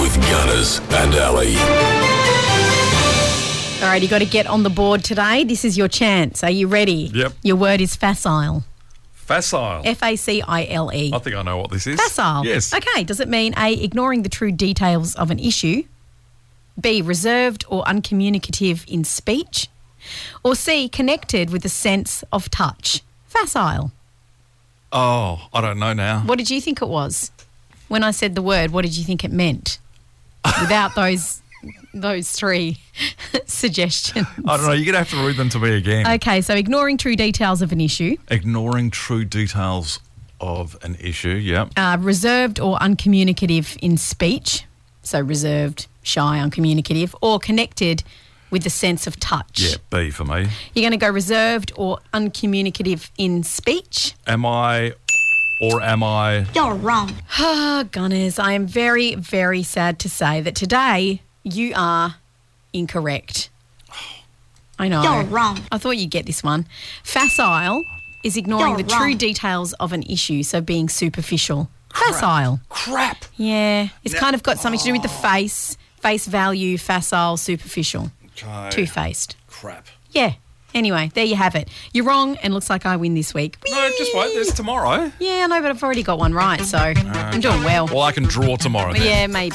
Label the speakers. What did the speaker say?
Speaker 1: Maz and Ali.
Speaker 2: All right, you got to get on the board today. This is your chance. Are you ready?
Speaker 3: Yep.
Speaker 2: Your word is facile.
Speaker 3: Facile.
Speaker 2: F A C I L E.
Speaker 3: I think I know what Oh, this is.
Speaker 2: Facile.
Speaker 3: Yes.
Speaker 2: Okay. Does it mean A, ignoring the true details of an issue? B, reserved or uncommunicative in speech? Or C, connected with a sense of touch? Facile.
Speaker 3: Oh, I don't know now.
Speaker 2: What did you think it was? When I said the word, what did you think it meant? Without those those three suggestions.
Speaker 3: I don't know. You're going to have to read them to me again.
Speaker 2: Okay, so ignoring true details of an issue,
Speaker 3: Ignoring true details of an issue. Yep.
Speaker 2: uh, reserved or uncommunicative in speech, so reserved, shy, uncommunicative, or connected with a sense of touch.
Speaker 3: Yeah, B for me.
Speaker 2: You're going to go reserved or uncommunicative in speech.
Speaker 3: Am I or am I?
Speaker 4: You're wrong.
Speaker 2: Ah, Gunners, I am very, very sad to say that today you are incorrect. I know.
Speaker 4: You're wrong.
Speaker 2: I thought you'd get this one. Facile is ignoring
Speaker 4: You're
Speaker 2: the true
Speaker 4: wrong.
Speaker 2: details of an issue, so being superficial. Facile.
Speaker 3: Crap.
Speaker 2: Yeah. It's kind of got something to do with the face, face value, facile, superficial,
Speaker 3: Okay.
Speaker 2: two faced.
Speaker 3: Crap.
Speaker 2: Yeah. Anyway, there you have it. You're wrong, and looks like I win this week.
Speaker 3: No, just wait. There's tomorrow.
Speaker 2: Yeah, I know, but I've already got one right, so I'm doing well.
Speaker 3: Well, I can draw tomorrow. then.
Speaker 2: Yeah, maybe.